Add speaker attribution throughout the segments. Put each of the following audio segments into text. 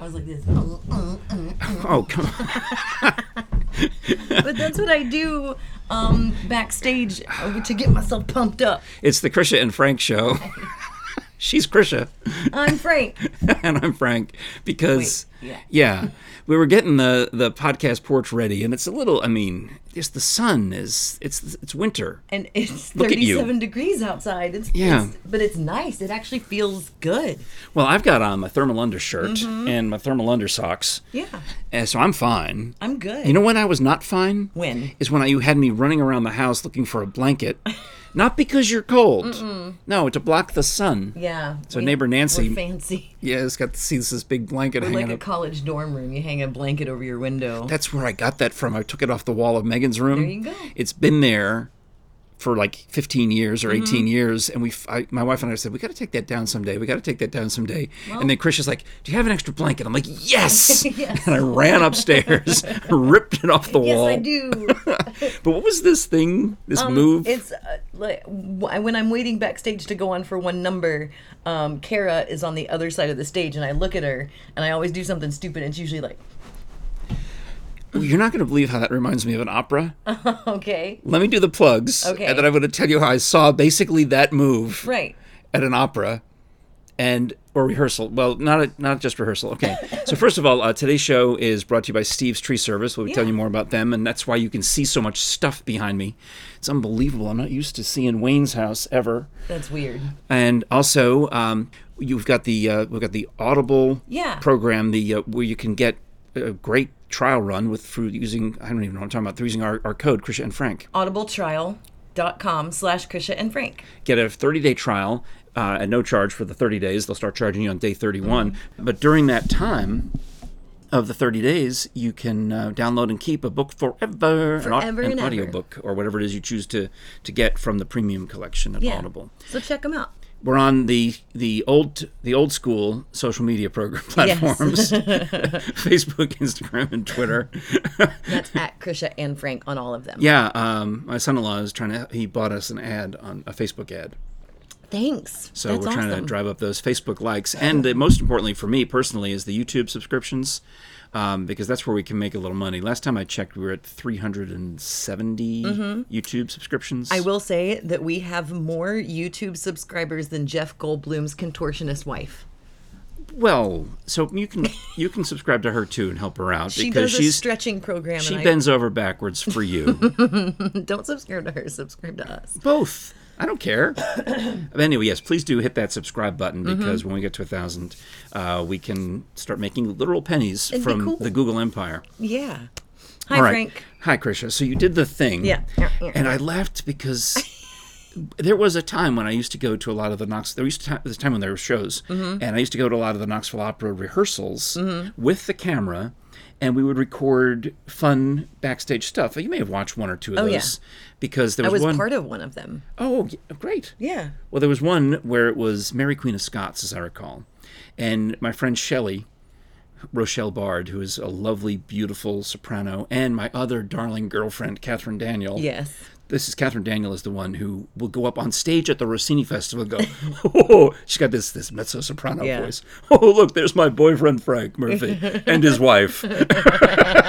Speaker 1: was like this. "Uh, uh, uh, uh."
Speaker 2: Oh, come on.
Speaker 1: But that's what I do um, backstage uh, to get myself pumped up.
Speaker 2: it's the Krisha and Frank show. She's Krisha,
Speaker 1: I'm Frank.
Speaker 2: and I'm Frank because
Speaker 1: Wait, yeah.
Speaker 2: we were getting the the podcast porch ready, and it's a little. I mean, just the sun is. It's it's winter.
Speaker 1: And it's
Speaker 2: Look at you.
Speaker 1: 37 degrees outside. It's,
Speaker 2: Yeah.
Speaker 1: it's- but it's nice. It actually feels good.
Speaker 2: Well, I've got on my thermal undershirt
Speaker 1: Mm-hmm.
Speaker 2: and my thermal under socks,
Speaker 1: Yeah.
Speaker 2: and so I'm fine.
Speaker 1: I'm good.
Speaker 2: You know when I was not fine?
Speaker 1: When?
Speaker 2: Is when you had me running around the house looking for a blanket. not because you're cold. No, to block the sun.
Speaker 1: yeah.
Speaker 2: So
Speaker 1: we-
Speaker 2: neighbor Nancy-
Speaker 1: We're fancy.
Speaker 2: Yeah, it's got see this big blanket
Speaker 1: We're
Speaker 2: hanging
Speaker 1: like a
Speaker 2: up.
Speaker 1: college dorm room. You hang a blanket over your window.
Speaker 2: That's where I got that from. I took it off the wall of Megan's room.
Speaker 1: There you go.
Speaker 2: It's been there for like 15 years or 18
Speaker 1: Mm-hmm.
Speaker 2: years, and we, f- I, my wife and I said, we got to take that down someday. We got to take that down someday. and then Chris is like, "Do you have an extra blanket?" I'm like, "Yes!"
Speaker 1: Yes.
Speaker 2: And I ran upstairs, ripped it off the
Speaker 1: yes,
Speaker 2: wall.
Speaker 1: I do.
Speaker 2: But what was this thing? This move?
Speaker 1: It's uh, like wh- when I'm waiting backstage to go on for one number, um, Kara is on the other side of the stage, and I look at her, and I always do something stupid. And it's usually like,
Speaker 2: You're not going to believe how that reminds me of an opera.
Speaker 1: okay,
Speaker 2: Let me do the plugs,
Speaker 1: Okay.
Speaker 2: and then I'm going to tell you how I saw basically that move
Speaker 1: right.
Speaker 2: at an opera, and or rehearsal. Well, not a, not just rehearsal. Okay. so first of all, uh, today's show is brought to you by Steve's Tree Service. We'll be telling you more about them, and that's why you can see so much stuff behind me. It's unbelievable. I'm not used to seeing Wayne's house ever.
Speaker 1: That's weird.
Speaker 2: and also um, you've got the uh, we've got the Audible
Speaker 1: Yeah.
Speaker 2: program, the uh, where you can get a great trial run with through using I don't even know what I'm talking about through using our, our code Krisha and Frank.
Speaker 1: Audibletrial.com slash Krisha and Frank.
Speaker 2: Get a 30 day trial uh, at no charge for the 30 days. They'll start charging you on day 31, but during that time. Of the 30 days, you can uh, download and keep a book forever, an, au-
Speaker 1: Forever
Speaker 2: an
Speaker 1: and ever.
Speaker 2: audiobook, or whatever it is you choose to, to get from the premium collection at Audible.
Speaker 1: So check them out.
Speaker 2: we're on the the old the old school social media program
Speaker 1: Yes.
Speaker 2: platforms facebook instagram and twitter
Speaker 1: That's at Krisha and Frank on all of them.
Speaker 2: yeah um, my son-in-law is trying to he bought us an ad on a facebook ad
Speaker 1: Thanks.
Speaker 2: so
Speaker 1: That's
Speaker 2: we're trying
Speaker 1: awesome.
Speaker 2: to drive up those facebook likes and uh, most importantly for me personally is the youtube subscriptions um, because that's where we can make a little money last time i checked we were at 370 youtube subscriptions
Speaker 1: Mm-hmm. I will say that we have more YouTube subscribers than Jeff Goldblum's contortionist wife.
Speaker 2: well so you can you can subscribe to her too and help her out
Speaker 1: She
Speaker 2: because
Speaker 1: does a
Speaker 2: she's
Speaker 1: stretching program.
Speaker 2: she
Speaker 1: and
Speaker 2: bends over backwards for you
Speaker 1: I, don't subscribe to her. Subscribe to us.
Speaker 2: both. I don't care. but anyway, yes, please do hit that subscribe button
Speaker 1: Mm-hmm.
Speaker 2: because when we get to a thousand, uh, we can start making literal pennies
Speaker 1: be
Speaker 2: from
Speaker 1: cool.
Speaker 2: the Google empire.
Speaker 1: Yeah. Hi,
Speaker 2: All right.
Speaker 1: Frank.
Speaker 2: Hi, Krisha. So you did the thing.
Speaker 1: Yeah. Yeah, yeah,
Speaker 2: And I laughed because there was a time when I used to go to a lot of the Knox. There used to ti- this time when there were shows,
Speaker 1: Mm-hmm.
Speaker 2: and I used to go to a lot of the Knoxville Opera rehearsals with the camera, and we would record fun backstage stuff. You may have watched one or two of
Speaker 1: Oh, yeah.
Speaker 2: those because there
Speaker 1: I
Speaker 2: was,
Speaker 1: was
Speaker 2: one.
Speaker 1: part of one of them.
Speaker 2: oh, yeah, great.
Speaker 1: Yeah.
Speaker 2: Well, there was one where it was Mary Queen of Scots, as I recall, and my friend Shelley, Rochelle Bard, who is a lovely, beautiful soprano, and my other darling girlfriend, Catherine Daniel.
Speaker 1: Yes.
Speaker 2: This is Catherine Daniel is the one who will go up on stage at the Rossini Festival and go, oh, she's got this this mezzo soprano
Speaker 1: Yeah.
Speaker 2: voice. Oh, look, there's my boyfriend Frank Murphy and his wife.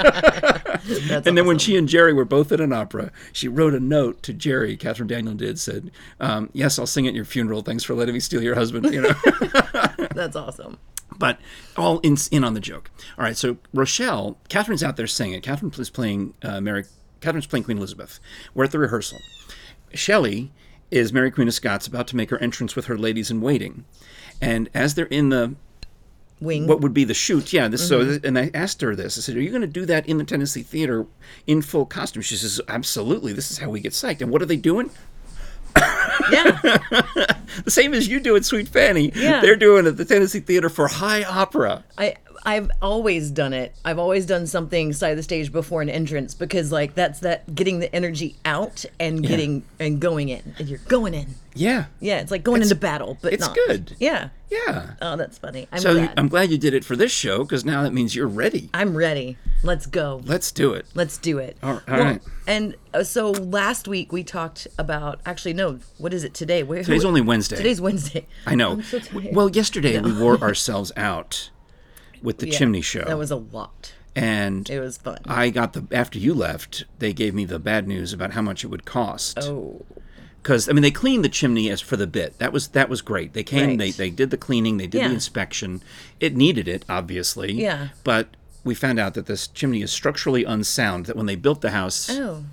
Speaker 1: That's
Speaker 2: And then when she and Jerry were both at an opera, she wrote a note to Jerry. Catherine Daniel did said, um, "Yes, I'll sing at your funeral. Thanks for letting me steal your husband." You know,
Speaker 1: That's awesome.
Speaker 2: but all in, in on the joke. All right, so Rochelle, Catherine's out there singing. Catherine is playing uh, Mary. Catherine's playing Queen Elizabeth. We're at the rehearsal. Shelley is Mary Queen of Scots, about to make her entrance with her ladies in waiting, and as they're in the
Speaker 1: Wing.
Speaker 2: what would be the shoot. Yeah. This, So, and I asked her this. I said, "Are you going to do that in the Tennessee Theater in full costume?" She says, "Absolutely. This is how we get psyched." And what are they doing?
Speaker 1: Yeah.
Speaker 2: The same as you do at Sweet Fanny.
Speaker 1: Yeah.
Speaker 2: They're doing it at the Tennessee Theater for high opera.
Speaker 1: I I've always done it. I've always done something side of the stage before an entrance because like that's that getting the energy out and getting and going in. And you're going in.
Speaker 2: Yeah.
Speaker 1: Yeah, it's like going into battle, but
Speaker 2: it's
Speaker 1: not.
Speaker 2: good.
Speaker 1: Yeah.
Speaker 2: Yeah.
Speaker 1: Oh, that's funny. I'm
Speaker 2: so um, you-
Speaker 1: glad.
Speaker 2: I'm glad you did it for this show because now that means you're ready.
Speaker 1: I'm ready. Let's go.
Speaker 2: Let's do it.
Speaker 1: Let's do it.
Speaker 2: All- all right.
Speaker 1: And uh, so last week we talked about actually no, what is it today? Where,
Speaker 2: Today's only Wednesday.
Speaker 1: Today's Wednesday.
Speaker 2: I know.
Speaker 1: I'm so tired.
Speaker 2: Well, yesterday we wore ourselves out. with the
Speaker 1: Yeah,
Speaker 2: chimney show.
Speaker 1: That was a lot.
Speaker 2: and
Speaker 1: It was fun.
Speaker 2: I got the after you left, they gave me the bad news about how much it would cost.
Speaker 1: oh,
Speaker 2: because I mean they cleaned the chimney as for the bit. That was that was great. They came,
Speaker 1: Right.
Speaker 2: they they did the cleaning, they did
Speaker 1: Yeah.
Speaker 2: the inspection. It needed it, obviously.
Speaker 1: Yeah.
Speaker 2: But we found out that this chimney is structurally unsound. That when they built the house
Speaker 1: oh,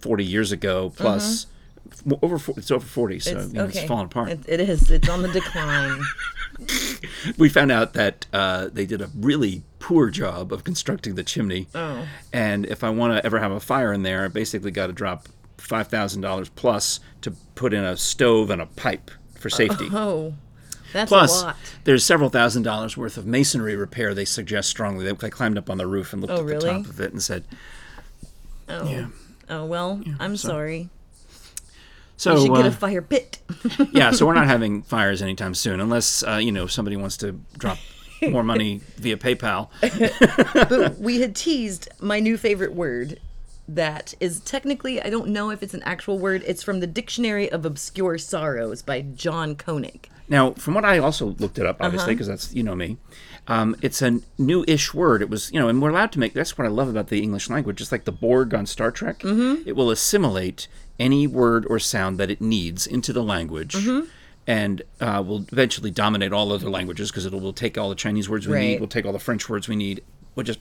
Speaker 2: 40 years ago, plus f- over four- it's over 40, so
Speaker 1: Mm-hmm. it's,
Speaker 2: you know,
Speaker 1: okay.
Speaker 2: it's falling apart.
Speaker 1: It, it is. It's on the decline.
Speaker 2: we found out that uh, they did a really poor job of constructing the chimney.
Speaker 1: Oh.
Speaker 2: And if I want to ever have a fire in there, I basically got to drop five thousand dollars plus to put in a stove and a pipe for safety.
Speaker 1: Oh, that's
Speaker 2: Plus,
Speaker 1: a lot.
Speaker 2: there's several thousand dollars worth of masonry repair they suggest strongly. They, they climbed up on the roof and looked
Speaker 1: Oh,
Speaker 2: at the
Speaker 1: really?
Speaker 2: top of it and said,
Speaker 1: Oh, oh well. I'm sorry. You
Speaker 2: "So
Speaker 1: should get
Speaker 2: uh,
Speaker 1: a fire pit.
Speaker 2: yeah, so we're not having fires anytime soon, unless uh, you know somebody wants to drop more money via PayPal."
Speaker 1: but we had teased my new favorite word that is technically I don't know if it's an actual word. It's from the Dictionary of Obscure Sorrows by John Koenig.
Speaker 2: Now, from what I also looked it up,
Speaker 1: Uh-huh.
Speaker 2: obviously, because that's you know me, um, it's a new-ish word. It was you know, and we're allowed to make. That's what I love about the English language. Just like the Borg on Star Trek,
Speaker 1: Mm-hmm.
Speaker 2: it will assimilate any word or sound that it needs into the language.
Speaker 1: Mm-hmm.
Speaker 2: And uh, will eventually dominate all other languages because it will take all the Chinese words we
Speaker 1: Right.
Speaker 2: need, we'll take all the French words we need, we'll just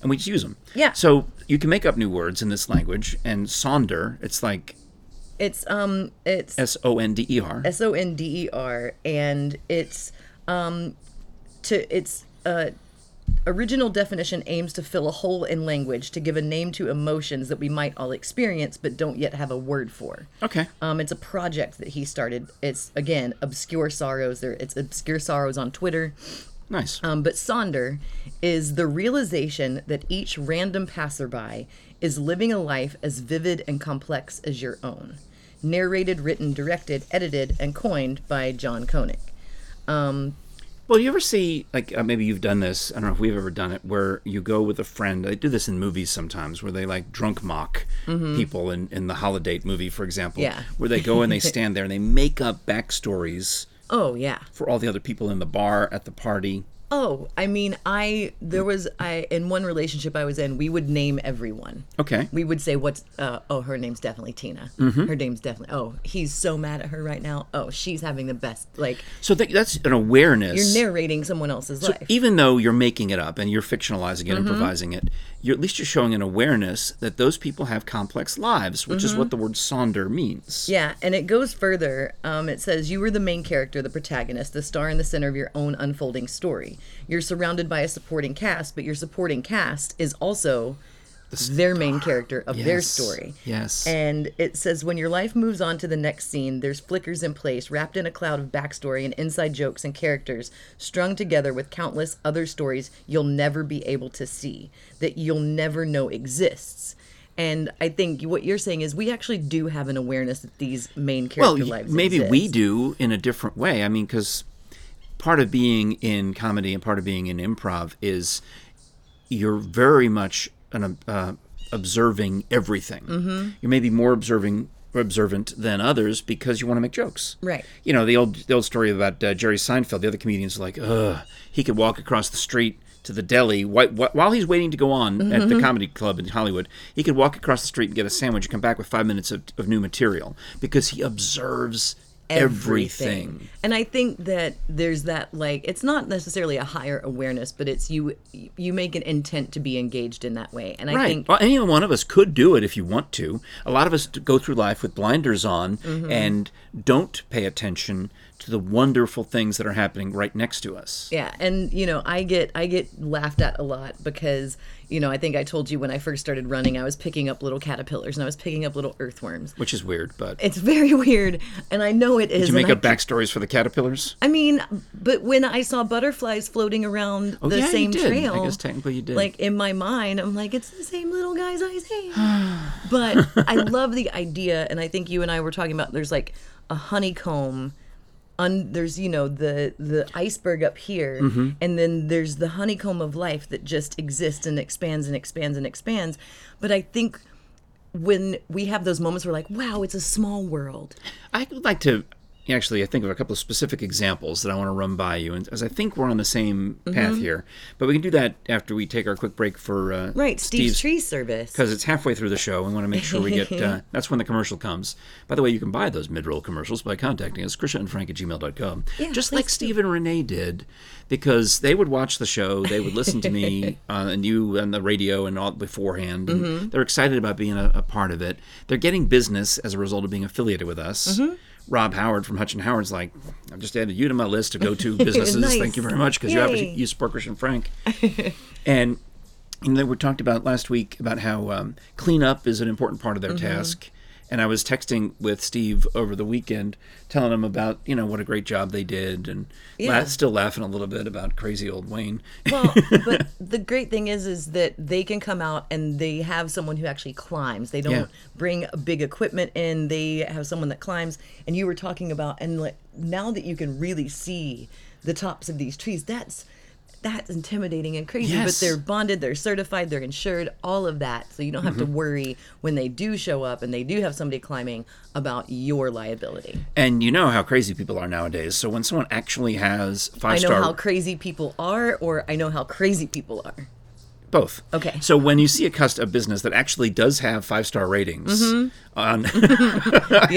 Speaker 2: and we just use them.
Speaker 1: Yeah.
Speaker 2: So you can make up new words in this language, and sonder, it's like
Speaker 1: It's um it's
Speaker 2: S O N D E R.
Speaker 1: S O N D E R, and it's um, to its uh, original definition aims to fill a hole in language to give a name to emotions that we might all experience but don't yet have a word for.
Speaker 2: Okay.
Speaker 1: Um, it's a project that he started. It's again obscure sorrows. There, it's obscure sorrows on Twitter.
Speaker 2: Nice.
Speaker 1: Um, but Sonder is the realization that each random passerby is living a life as vivid and complex as your own. Narrated, written, directed, edited, and coined by John Koenig. Um,
Speaker 2: Well, you ever see like uh, maybe you've done this? I don't know if we've ever done it, where you go with a friend. They do this in movies sometimes, where they like drunk mock people in in the holiday movie, for example.
Speaker 1: Mm-hmm. Yeah.
Speaker 2: Where they go and they stand there and they make up backstories
Speaker 1: oh, yeah.
Speaker 2: for all the other people in the bar at the party.
Speaker 1: Oh, I mean, I, there was, I, in one relationship I was in, we would name everyone.
Speaker 2: Okay.
Speaker 1: We would say, what's, uh, oh, her name's definitely Tina. Her name's definitely, oh, he's so mad at her right now. Oh, she's having the best, like,
Speaker 2: So that, that's an awareness.
Speaker 1: you're narrating someone else's life. Mm-hmm.
Speaker 2: even though you're making it up and you're fictionalizing it, improvising it, you're at least you're showing an awareness that those people have complex lives, which is what the word sonder means.
Speaker 1: Mm-hmm. Yeah, and it goes further. Um, it says, You were the main character, the protagonist, the star in the center of your own unfolding story. You're surrounded by a supporting cast, but your supporting cast is also their main character of their
Speaker 2: Yes.
Speaker 1: story.
Speaker 2: Yes.
Speaker 1: And it says, When your life moves on to the next scene, there's flickers in place, wrapped in a cloud of backstory and inside jokes and characters, strung together with countless other stories you'll never be able to see, that you'll never know exists. And I think what you're saying is we actually do have an awareness that these main character
Speaker 2: well, y-
Speaker 1: lives
Speaker 2: maybe we
Speaker 1: exist.
Speaker 2: do in a different way. I mean, because part of being in comedy and part of being in improv is you're very much an uh, observing everything. Mm-hmm. You're maybe more observing observant than others because you want to make jokes.
Speaker 1: Right.
Speaker 2: You know the old the old story about uh, Jerry Seinfeld. The other comedians are like, ugh, he could walk across the street. To the deli whi- whi- while he's waiting to go on at the comedy club in Hollywood, he could walk across the street and get a sandwich and come back with five minutes of, of new material because he observes everything.
Speaker 1: And I think that there's that like it's not necessarily a higher awareness, but it's you you make an intent to be engaged in that way. And I
Speaker 2: Right.
Speaker 1: think
Speaker 2: well, any one of us could do it if you want to. A lot of us d- go through life with blinders on
Speaker 1: Mm-hmm.
Speaker 2: and don't pay attention to the wonderful things that are happening right next to us.
Speaker 1: Yeah, and you know, I get I get laughed at a lot because you know I think I told you when I first started running, I was picking up little caterpillars and I was picking up little earthworms.
Speaker 2: Which is weird, but
Speaker 1: It's very weird, and I know it is.
Speaker 2: you make
Speaker 1: and I
Speaker 2: up backstories for the caterpillars.
Speaker 1: I mean, but when I saw butterflies floating around the
Speaker 2: Oh, yeah, you
Speaker 1: same
Speaker 2: did. I
Speaker 1: trail,
Speaker 2: guess technically you did.
Speaker 1: Like in my mind, I'm like, it's the same little guys I see. but I love the idea, and I think you and I were talking about there's like a honeycomb. Un, there's you know the the iceberg up here, and then there's the honeycomb of life that just exists and expands and expands and expands. But I think when we have those moments, we're like, wow, it's a small world.
Speaker 2: I would like to actually, I think of a couple of specific examples that I want to run by you, and as I think we're on the same path
Speaker 1: Mm-hmm.
Speaker 2: here, but we can do that after we take our quick break for uh,
Speaker 1: Right, Steve's, Tree Service.
Speaker 2: because it's halfway through the show. We want to make sure we get. Uh, that's when the commercial comes. By the way, you can buy those mid-roll commercials by contacting us, Krisha and Frank at gmail.com.
Speaker 1: Yeah,
Speaker 2: Just
Speaker 1: please
Speaker 2: like
Speaker 1: do.
Speaker 2: Steve and Renee did, because they would watch the show, they would listen to me uh, and you on the radio and all beforehand. And
Speaker 1: Mm-hmm.
Speaker 2: They're excited about being a, a part of it. They're getting business as a result of being affiliated with us.
Speaker 1: Mm-hmm.
Speaker 2: Rob Howard from Hutch and Howard's like, I've just added you to my list of go-to businesses. Thank you
Speaker 1: Nice.
Speaker 2: very much because you have
Speaker 1: Yay.
Speaker 2: you support Christian Frank. and you know, they were talked about last week about how um, cleanup is an important part of
Speaker 1: Mm-hmm.
Speaker 2: their task. And I was texting with Steve over the weekend, telling him about you know what a great job they did, and la-
Speaker 1: Yeah.
Speaker 2: still laughing a little bit about crazy old Wayne.
Speaker 1: well, but the great thing is, is that they can come out and they have someone who actually climbs. They don't
Speaker 2: Yeah.
Speaker 1: bring big equipment in. They have someone that climbs. And you were talking about, and like, now that you can really see the tops of these trees, that's that's intimidating and crazy.
Speaker 2: Yes.
Speaker 1: But they're bonded, they're certified, they're insured, all of that. So you don't have
Speaker 2: Mm-hmm.
Speaker 1: to worry when they do show up and they do have somebody climbing about your liability.
Speaker 2: and you know how crazy people are nowadays. So when someone actually has
Speaker 1: I
Speaker 2: five
Speaker 1: know
Speaker 2: star,
Speaker 1: how crazy people are, or I know how crazy people are.
Speaker 2: both.
Speaker 1: Okay.
Speaker 2: So when you see a cust a business that actually does have five star ratings on
Speaker 1: Yeah.
Speaker 2: on
Speaker 1: Mm-hmm.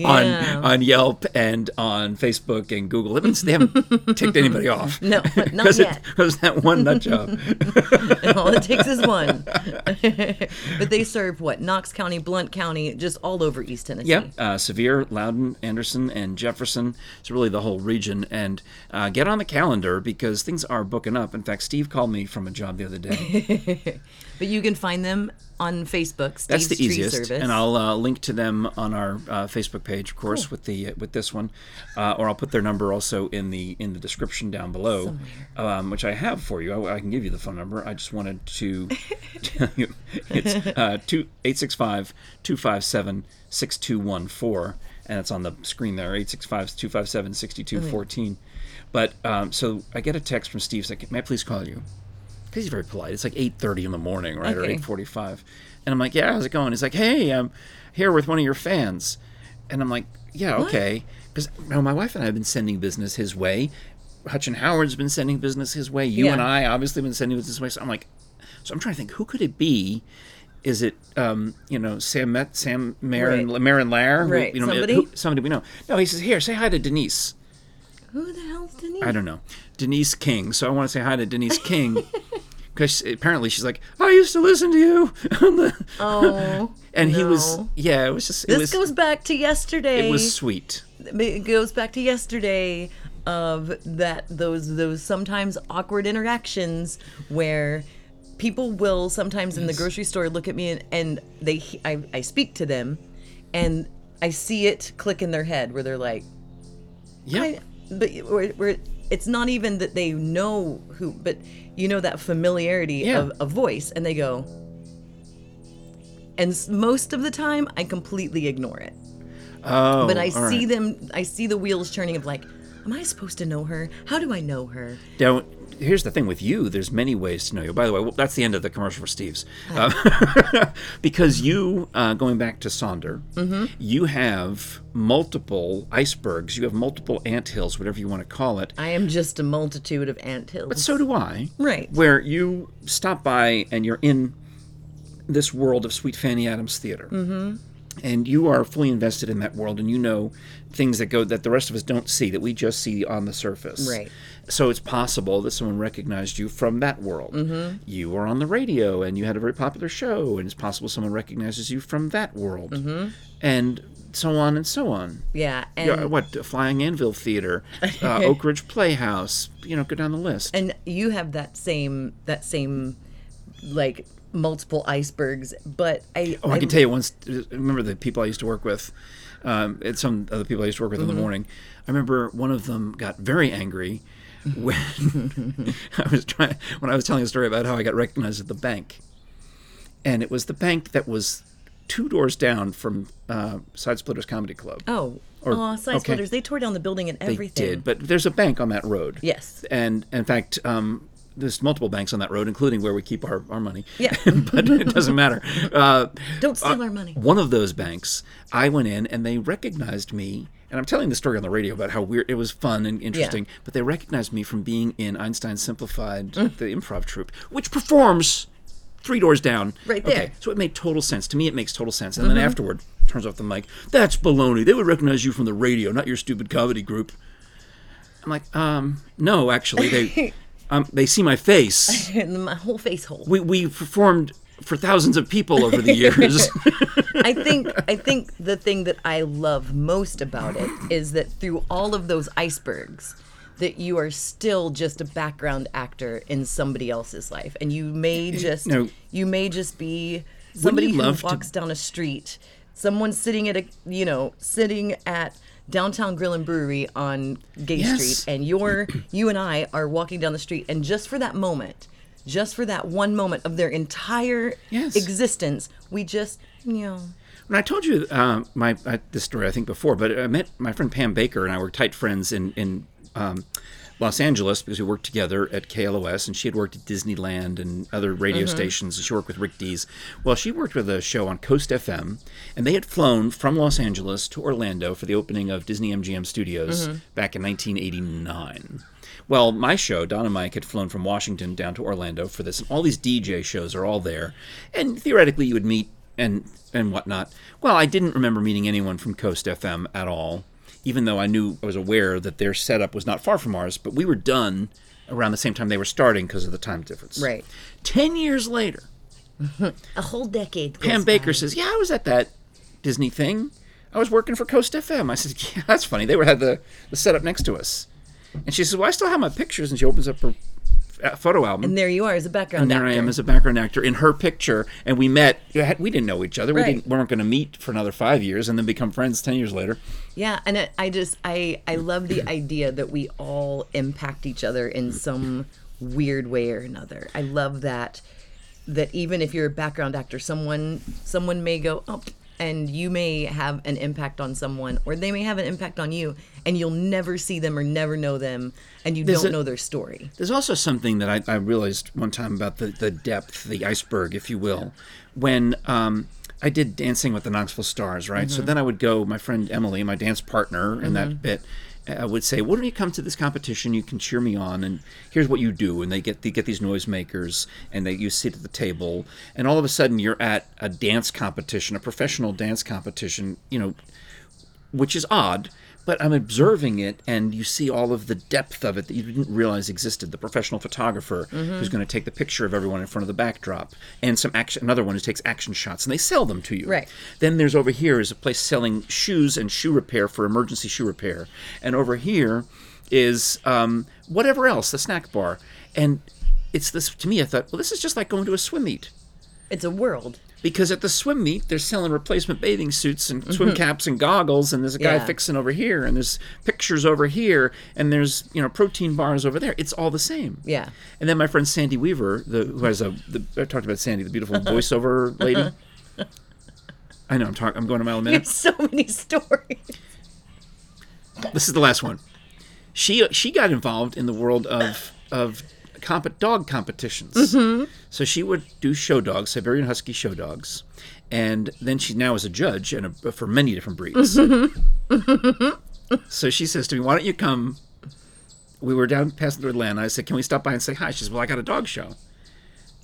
Speaker 1: Yeah.
Speaker 2: on Yelp and on Facebook and Google. That means they haven't ticked anybody off.
Speaker 1: No, but not yet.
Speaker 2: Because that one nut job.
Speaker 1: all it takes is one. but they serve what Knox County, Blunt County, just all over East Tennessee.
Speaker 2: yep. Uh, Sevier, Loudon, Anderson, and Jefferson. It's really the whole region. And uh, get on the calendar because things are booking up. In fact, Steve called me from a job the other day.
Speaker 1: But you can find them on Facebook. Steve's
Speaker 2: That's the
Speaker 1: Tree
Speaker 2: easiest.
Speaker 1: Service.
Speaker 2: And I'll uh, link to them on our uh, Facebook page, of course, with the with this one, uh, or I'll put their number also in the in the description down below, um, which I have for you. I, I can give you the phone number. I just wanted to tell you it's uh, two eight six five two five seven six two one four. And it's on the screen there, 865 257
Speaker 1: Oh,
Speaker 2: 6214. But um, so I get a text from Steve saying, May I please call you? because he's very polite. It's like eight thirty in the morning, right, or
Speaker 1: Okay.
Speaker 2: eight forty-five, and I'm like, "Yeah, how's it going?" He's like, "Hey, I'm here with one of your fans," and I'm like, "Yeah, okay," because you know, my wife and I have been sending business his way. Hutch and Howard's been sending business his way. You
Speaker 1: Yeah.
Speaker 2: and I obviously have been sending business his way. So I'm like, so I'm trying to think, who could it be? Is it um, you know Sam Met Sam Marin
Speaker 1: Right.
Speaker 2: Marin Lair? Who-
Speaker 1: Right,
Speaker 2: you know,
Speaker 1: somebody?
Speaker 2: who- somebody we know. No, he says, "Here, say hi to Denise."
Speaker 1: Who the hell's Denise?
Speaker 2: I don't know. Denise King. So I want to say hi to Denise King because apparently she's like, I used to listen to you. on the-"
Speaker 1: Oh,
Speaker 2: and he was,
Speaker 1: no.
Speaker 2: yeah, it was just, it
Speaker 1: This
Speaker 2: was,
Speaker 1: goes back to yesterday.
Speaker 2: it was sweet.
Speaker 1: it goes back to yesterday of that those those sometimes awkward interactions where people will sometimes in the grocery store look at me and, and they he- I, I speak to them and I see it click in their head where they're like
Speaker 2: Yeah.
Speaker 1: I, but where, where it's not even that they know who but you know that familiarity
Speaker 2: Yeah.
Speaker 1: of a voice and they go and s- most of the time I completely ignore it
Speaker 2: oh,
Speaker 1: but I
Speaker 2: all
Speaker 1: see
Speaker 2: right.
Speaker 1: them. I see the wheels turning of like, am I supposed to know her? How do I know her?
Speaker 2: Now, here's the thing with you. There's many ways to know you. By the way, well, that's the end of the commercial for Steve's, Uh, because you, uh, going back to Sonder,
Speaker 1: Mm-hmm.
Speaker 2: you have multiple icebergs. You have multiple anthills, whatever you want to call it.
Speaker 1: I am just a multitude of anthills.
Speaker 2: But so do I.
Speaker 1: Right.
Speaker 2: Where you stop by and you're in this world of Sweet Fanny Adams Theater. Mm-hmm. And you are fully invested in that world and you know things that go that the rest of us don't see, that we just see on the surface.
Speaker 1: Right.
Speaker 2: So it's possible that someone recognized you from that world.
Speaker 1: Mm-hmm.
Speaker 2: You were on the radio and you had a very popular show, and it's possible someone recognizes you from that world. And so on and so on.
Speaker 1: yeah, Mm-hmm. and
Speaker 2: Yeah, what Flying Anvil Theater, uh, Oak Ridge Playhouse. You know, go down the list.
Speaker 1: and you have that same that same like multiple icebergs. But I
Speaker 2: Oh, I can tell you once. I Remember the people I used to work with? Um, it's some other people I used to work with
Speaker 1: Mm-hmm.
Speaker 2: in the morning. I remember one of them got very angry when I was trying when I was telling a story about how I got recognized at the bank, and it was the bank that was two doors down from uh, Side Splitters Comedy Club.
Speaker 1: oh
Speaker 2: Or-
Speaker 1: aw, side
Speaker 2: okay.
Speaker 1: splitters. They tore down the building and
Speaker 2: They
Speaker 1: everything.
Speaker 2: did, but there's a bank on that road.
Speaker 1: Yes.
Speaker 2: and in fact, um, there's multiple banks on that road, including where we keep our, our money.
Speaker 1: Yeah.
Speaker 2: but it doesn't matter. Uh,
Speaker 1: Don't steal our money.
Speaker 2: one of those banks, I went in and they recognized me And I'm telling the story on the radio about how weird it was fun and interesting, but they recognized me from being in Einstein Simplified,
Speaker 1: Mm.
Speaker 2: the improv troupe, which performs three doors down.
Speaker 1: Right
Speaker 2: Okay,
Speaker 1: there. Mm-hmm.
Speaker 2: so it made total sense. To me, it makes total sense. And then afterward, turns off the mic. That's baloney. They would recognize you from the radio, not your stupid comedy group. I'm like, um, no, actually, they, um, they see my face.
Speaker 1: And my whole face hole.
Speaker 2: We we performed for thousands of people over the years.
Speaker 1: I think I think the thing that I love most about it is that through all of those icebergs that you are still just a background actor in somebody else's life and you may just
Speaker 2: no.
Speaker 1: you may just be somebody
Speaker 2: you
Speaker 1: who
Speaker 2: love to-
Speaker 1: walks down a street someone sitting at a you know sitting at downtown grill and brewery on gay
Speaker 2: Yes.
Speaker 1: street and you're you and i are walking down the street and just for that moment just for that one moment of their entire
Speaker 2: Yes.
Speaker 1: existence we just you know
Speaker 2: When I told you um, my uh, this story, I think before, but I met my friend Pam Baker and I were tight friends in in um, Los Angeles because we worked together at KLOS, and she had worked at Disneyland and other radio stations. She worked with Rick Dees. Well, she worked with a show on Coast FM, and they had flown from Los Angeles to Orlando for the opening of Disney MGM Studios back in 1989. Well, my show, Don and Mike, had flown from Washington down to Orlando for this, and all these DJ shows are all there. And theoretically, you would meet and and whatnot. Well, I didn't remember meeting anyone from Coast FM at all, even though I knew I was aware that their setup was not far from ours. But we were done around the same time they were starting because of the time difference.
Speaker 1: Right.
Speaker 2: Ten years later,
Speaker 1: A whole decade.
Speaker 2: Pam
Speaker 1: goes by.
Speaker 2: Baker says, "Yeah, I was at that Disney thing. I was working for Coast FM." I said, "Yeah, that's funny. They were had the, the setup next to us." And she says, "Well, I still have my pictures." And she opens up her uh, photo album.
Speaker 1: And there you are as a background
Speaker 2: And there I
Speaker 1: actor.
Speaker 2: am as a background actor in her picture, and we met. We didn't know each other. We
Speaker 1: Right.
Speaker 2: didn't. We weren't going to meet for another five years, and then become friends ten years later.
Speaker 1: yeah, and I, I just I I love the idea that we all impact each other in some weird way or another. I love that that even if you're a background actor, someone someone may go up and you may have an impact on someone or they may have an impact on you and you'll never see them or never know them and you don't
Speaker 2: a-
Speaker 1: know their story.
Speaker 2: There's also something that I, I realized one time about the, the depth, the iceberg, if you will, when um, I did Dancing with the Knoxville Stars, right? So then I would go, my friend Emily, my dance partner in that bit, uh, would say, "Well, when you come to this competition, you can cheer me on, and here's what you do." And they get they get these noisemakers, and they you sit at the table, and all of a sudden you're at a dance competition, a professional dance competition, you know, which is odd, but I'm observing it, and you see all of the depth of it that you didn't realize existed. The professional photographer who's going to take the picture of everyone in front of the backdrop, and some action, another one who takes action shots, and they sell them to you.
Speaker 1: Right.
Speaker 2: Then there's over here is a place selling shoes and shoe repair for emergency shoe repair, and over here is um, whatever else, the snack bar, and it's this. To me, I thought, well, this is just like going to a swim meet.
Speaker 1: It's a world.
Speaker 2: Because at the swim meet, they're selling replacement bathing suits and swim caps and goggles, and there's a guy
Speaker 1: Mm-hmm. Yeah.
Speaker 2: fixing over here, and there's pictures over here, and there's you know protein bars over there. It's all the same.
Speaker 1: Yeah.
Speaker 2: And then my friend Sandy Weaver, the, who has a the, I talked about Sandy, the beautiful voiceover lady. I know I'm talking. I'm going a mile a minute.
Speaker 1: There's so many stories.
Speaker 2: This is the last one. She she got involved in the world of of comp- dog competitions. So she would do show dogs, Siberian Husky show dogs, and then she now is a judge and a, for many different breeds. so she says to me, "Why don't you come?" We were down past through Atlanta. I said, "Can we stop by and say hi?" She says, "Well, I got a dog show."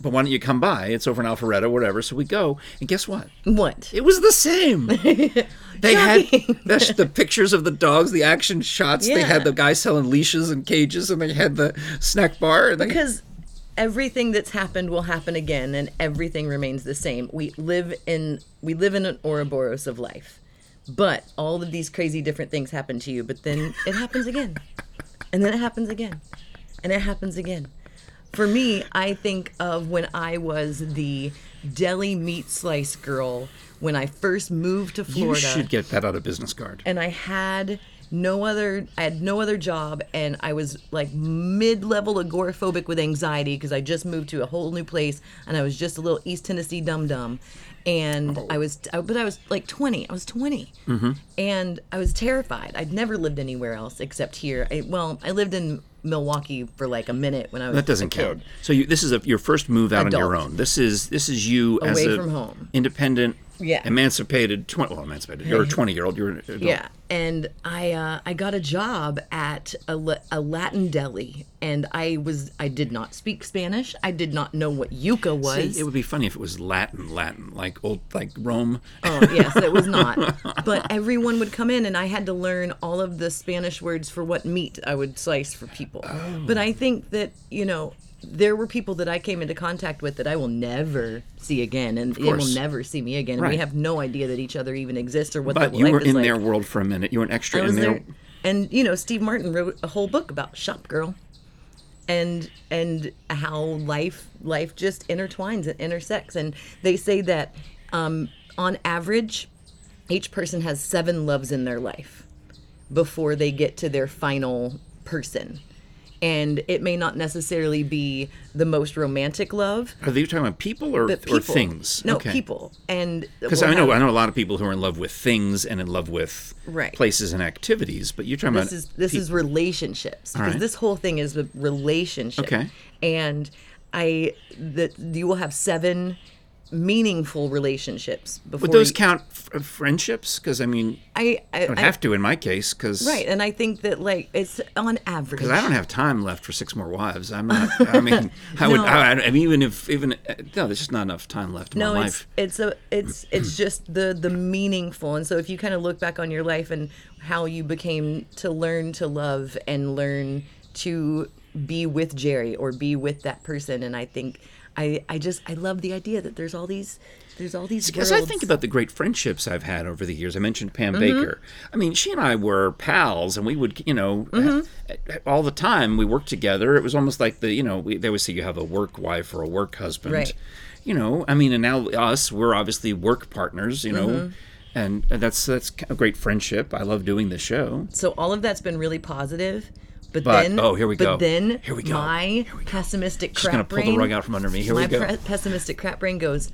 Speaker 2: But why don't you come by? It's over in Alpharetta, whatever. So we go, and guess what?
Speaker 1: What?
Speaker 2: It was the same. They had the, the pictures of the dogs, the action shots. They had
Speaker 1: Yeah.
Speaker 2: the guy selling leashes and cages, and they had the snack bar. And they,
Speaker 1: because everything that's happened will happen again and everything remains the same we live in we live in an ouroboros of life but all of these crazy different things happen to you but then it happens again and then it happens again and it happens again for me i think of when i was the deli meat slice girl when i first moved to
Speaker 2: you
Speaker 1: florida
Speaker 2: should get that on a business card.
Speaker 1: and I had no other I had no other job and I was like mid-level agoraphobic with anxiety because I just moved to a whole new place and I was just a little East Tennessee dum dum and
Speaker 2: Oh.
Speaker 1: I was I- but I was like 20 I was 20
Speaker 2: Mm-hmm.
Speaker 1: and I was terrified I'd never lived anywhere else except here I, well I lived in Milwaukee for like a minute when I was
Speaker 2: That doesn't
Speaker 1: a kid.
Speaker 2: count. So you, this is a, your first move out on your
Speaker 1: Adult.
Speaker 2: own. This is this is you as
Speaker 1: Away
Speaker 2: a
Speaker 1: from home.
Speaker 2: independent,
Speaker 1: Yeah.
Speaker 2: emancipated, twenty well, emancipated. You're a twenty year old. You're an adult.
Speaker 1: Yeah, and I uh, I got a job at a, la- a Latin deli, and I was I did not speak Spanish. I did not know what yuca was.
Speaker 2: It would be funny if it was Latin, Latin, like old, like Rome.
Speaker 1: Oh, yes, it was not. But everyone would come in, and I had to learn all of the Spanish words for what meat I would slice for people.
Speaker 2: Oh.
Speaker 1: But I think that, you know, there were people that I came into contact with that I will never see again, and they will
Speaker 2: course.
Speaker 1: never see me again. And we
Speaker 2: Right.
Speaker 1: have no idea that each other even exists or what
Speaker 2: But
Speaker 1: their
Speaker 2: you
Speaker 1: life
Speaker 2: were
Speaker 1: is
Speaker 2: in
Speaker 1: like.
Speaker 2: their world for a minute. You were an extra
Speaker 1: I
Speaker 2: in
Speaker 1: was
Speaker 2: their.
Speaker 1: there. And you know, Steve Martin wrote a whole book about Shop Girl, and and how life life just intertwines and intersects. And they say that um, on average, each person has seven loves in their life before they get to their final person. And it may not necessarily be the most romantic love,
Speaker 2: Are they talking about people or,
Speaker 1: but people.
Speaker 2: or things?
Speaker 1: No, people. And
Speaker 2: Because I know I know a lot of people who are in love with things and in love with
Speaker 1: Right.
Speaker 2: places and activities. But you're talking
Speaker 1: this
Speaker 2: about
Speaker 1: is this is relationships because
Speaker 2: right.
Speaker 1: this whole thing is a relationship.
Speaker 2: Okay.
Speaker 1: And I that you will have seven meaningful relationships before
Speaker 2: Would those
Speaker 1: you-
Speaker 2: count f- uh, friendships? Because I mean,
Speaker 1: I I,
Speaker 2: I would
Speaker 1: I-
Speaker 2: have to in my case. Because
Speaker 1: right, and I think that like it's on average.
Speaker 2: Because I don't have time left for six more wives. I'm not. I mean, I would.
Speaker 1: No.
Speaker 2: I, I mean, even if even uh, no, there's just not enough time left in
Speaker 1: no,
Speaker 2: my
Speaker 1: it's
Speaker 2: life.
Speaker 1: it's a it's it's just the the meaningful, and so if you kind of look back on your life and how you became to learn to love and learn to be with Jerry or be with that person, and I think I I just I love the idea that there's all these there's all these
Speaker 2: As
Speaker 1: worlds.
Speaker 2: I think about the great friendships I've had over the years, I mentioned Pam Baker. I mean, she and I were pals, and we would, you know, all the time we worked together. It was almost like the, you know, we, they always say you have a work wife or a work husband.
Speaker 1: Right.
Speaker 2: You know, I mean, and now us, we're obviously work partners. You know, and that's that's a great friendship. I love doing the show.
Speaker 1: so all of that's been really positive, but,
Speaker 2: But-
Speaker 1: then
Speaker 2: oh, here we
Speaker 1: but
Speaker 2: go.
Speaker 1: then
Speaker 2: Here we go.
Speaker 1: my
Speaker 2: Here we go.
Speaker 1: pessimistic
Speaker 2: Just gonna
Speaker 1: crap
Speaker 2: pull
Speaker 1: brain,
Speaker 2: the rug out from under me. Here
Speaker 1: my
Speaker 2: we go.
Speaker 1: pre- pessimistic crap brain goes,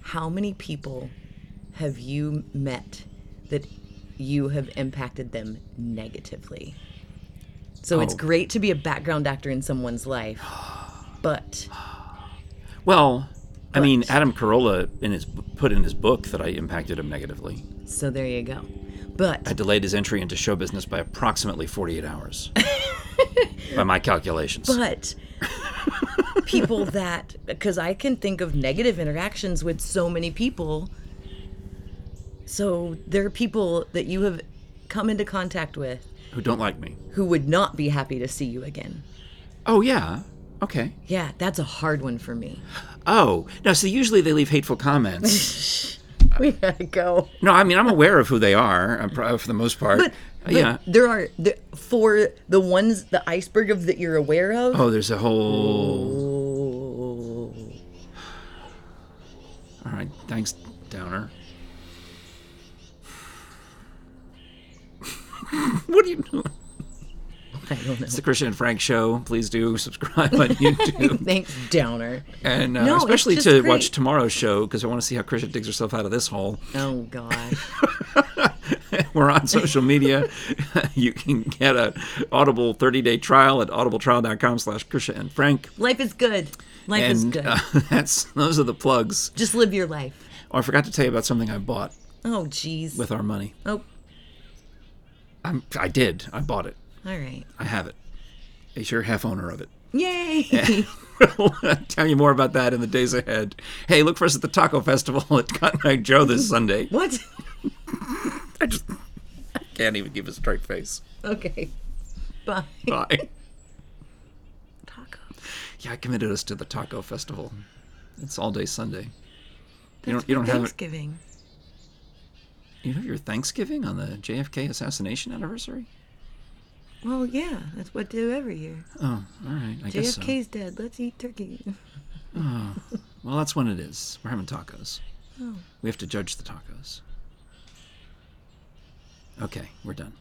Speaker 1: how many people have you met that you have impacted them negatively? So it's
Speaker 2: Oh.
Speaker 1: great to be a background actor in someone's life, but
Speaker 2: Well, I mean, Adam Carolla in his put in his book that I impacted him negatively.
Speaker 1: so there you go. But
Speaker 2: I delayed his entry into show business by approximately 48 hours, by my calculations.
Speaker 1: but people that because i can think of negative interactions with so many people so there are people that you have come into contact with
Speaker 2: who don't like me?
Speaker 1: who would not be happy to see you again
Speaker 2: Oh yeah, okay.
Speaker 1: yeah that's a hard one for me
Speaker 2: Oh no, so usually they leave hateful comments.
Speaker 1: we gotta go
Speaker 2: no, I mean I'm aware of who they are I'm pro- for the most part. yeah.
Speaker 1: there are there, for the ones the iceberg of that you're aware of
Speaker 2: Oh, there's a whole.
Speaker 1: oh.
Speaker 2: All right, thanks, Downer. what are you doing?
Speaker 1: i don't know
Speaker 2: It's the Christian and Frank Show. Please do subscribe on YouTube.
Speaker 1: thanks downer
Speaker 2: And uh,
Speaker 1: No, it's
Speaker 2: especially
Speaker 1: just
Speaker 2: to
Speaker 1: great.
Speaker 2: watch tomorrow's show because I want to see how Krisha digs herself out of this hole.
Speaker 1: oh gosh
Speaker 2: We're on social media. you can get a Audible 30-day trial at audibletrial.com slash Krisha and Frank.
Speaker 1: life is good life is
Speaker 2: And
Speaker 1: good
Speaker 2: uh, that's those are the plugs.
Speaker 1: just live your life
Speaker 2: Oh, I forgot to tell you about something I bought
Speaker 1: Oh, jeez.
Speaker 2: with our money.
Speaker 1: oh,
Speaker 2: I'm, I did. I bought it.
Speaker 1: all right.
Speaker 2: I have it. It's your half owner of it.
Speaker 1: Yay!
Speaker 2: We'll uh, tell you more about that in the days ahead. Hey, look for us at the Taco Festival at Cotton Eye Joe this Sunday.
Speaker 1: what?
Speaker 2: I just I can't even give a straight face.
Speaker 1: Okay. Bye.
Speaker 2: Bye.
Speaker 1: Taco.
Speaker 2: Yeah, I committed us to the taco festival. It's all day Sunday. You don't you don't have it.
Speaker 1: Thanksgiving.
Speaker 2: You have your Thanksgiving on the JFK assassination anniversary.
Speaker 1: Well, yeah, that's what they do every year.
Speaker 2: Oh, all right. I guess so.
Speaker 1: JFK's dead. Let's eat turkey.
Speaker 2: Well, that's when it is. We're having tacos. We have to judge the tacos. Okay, we're done.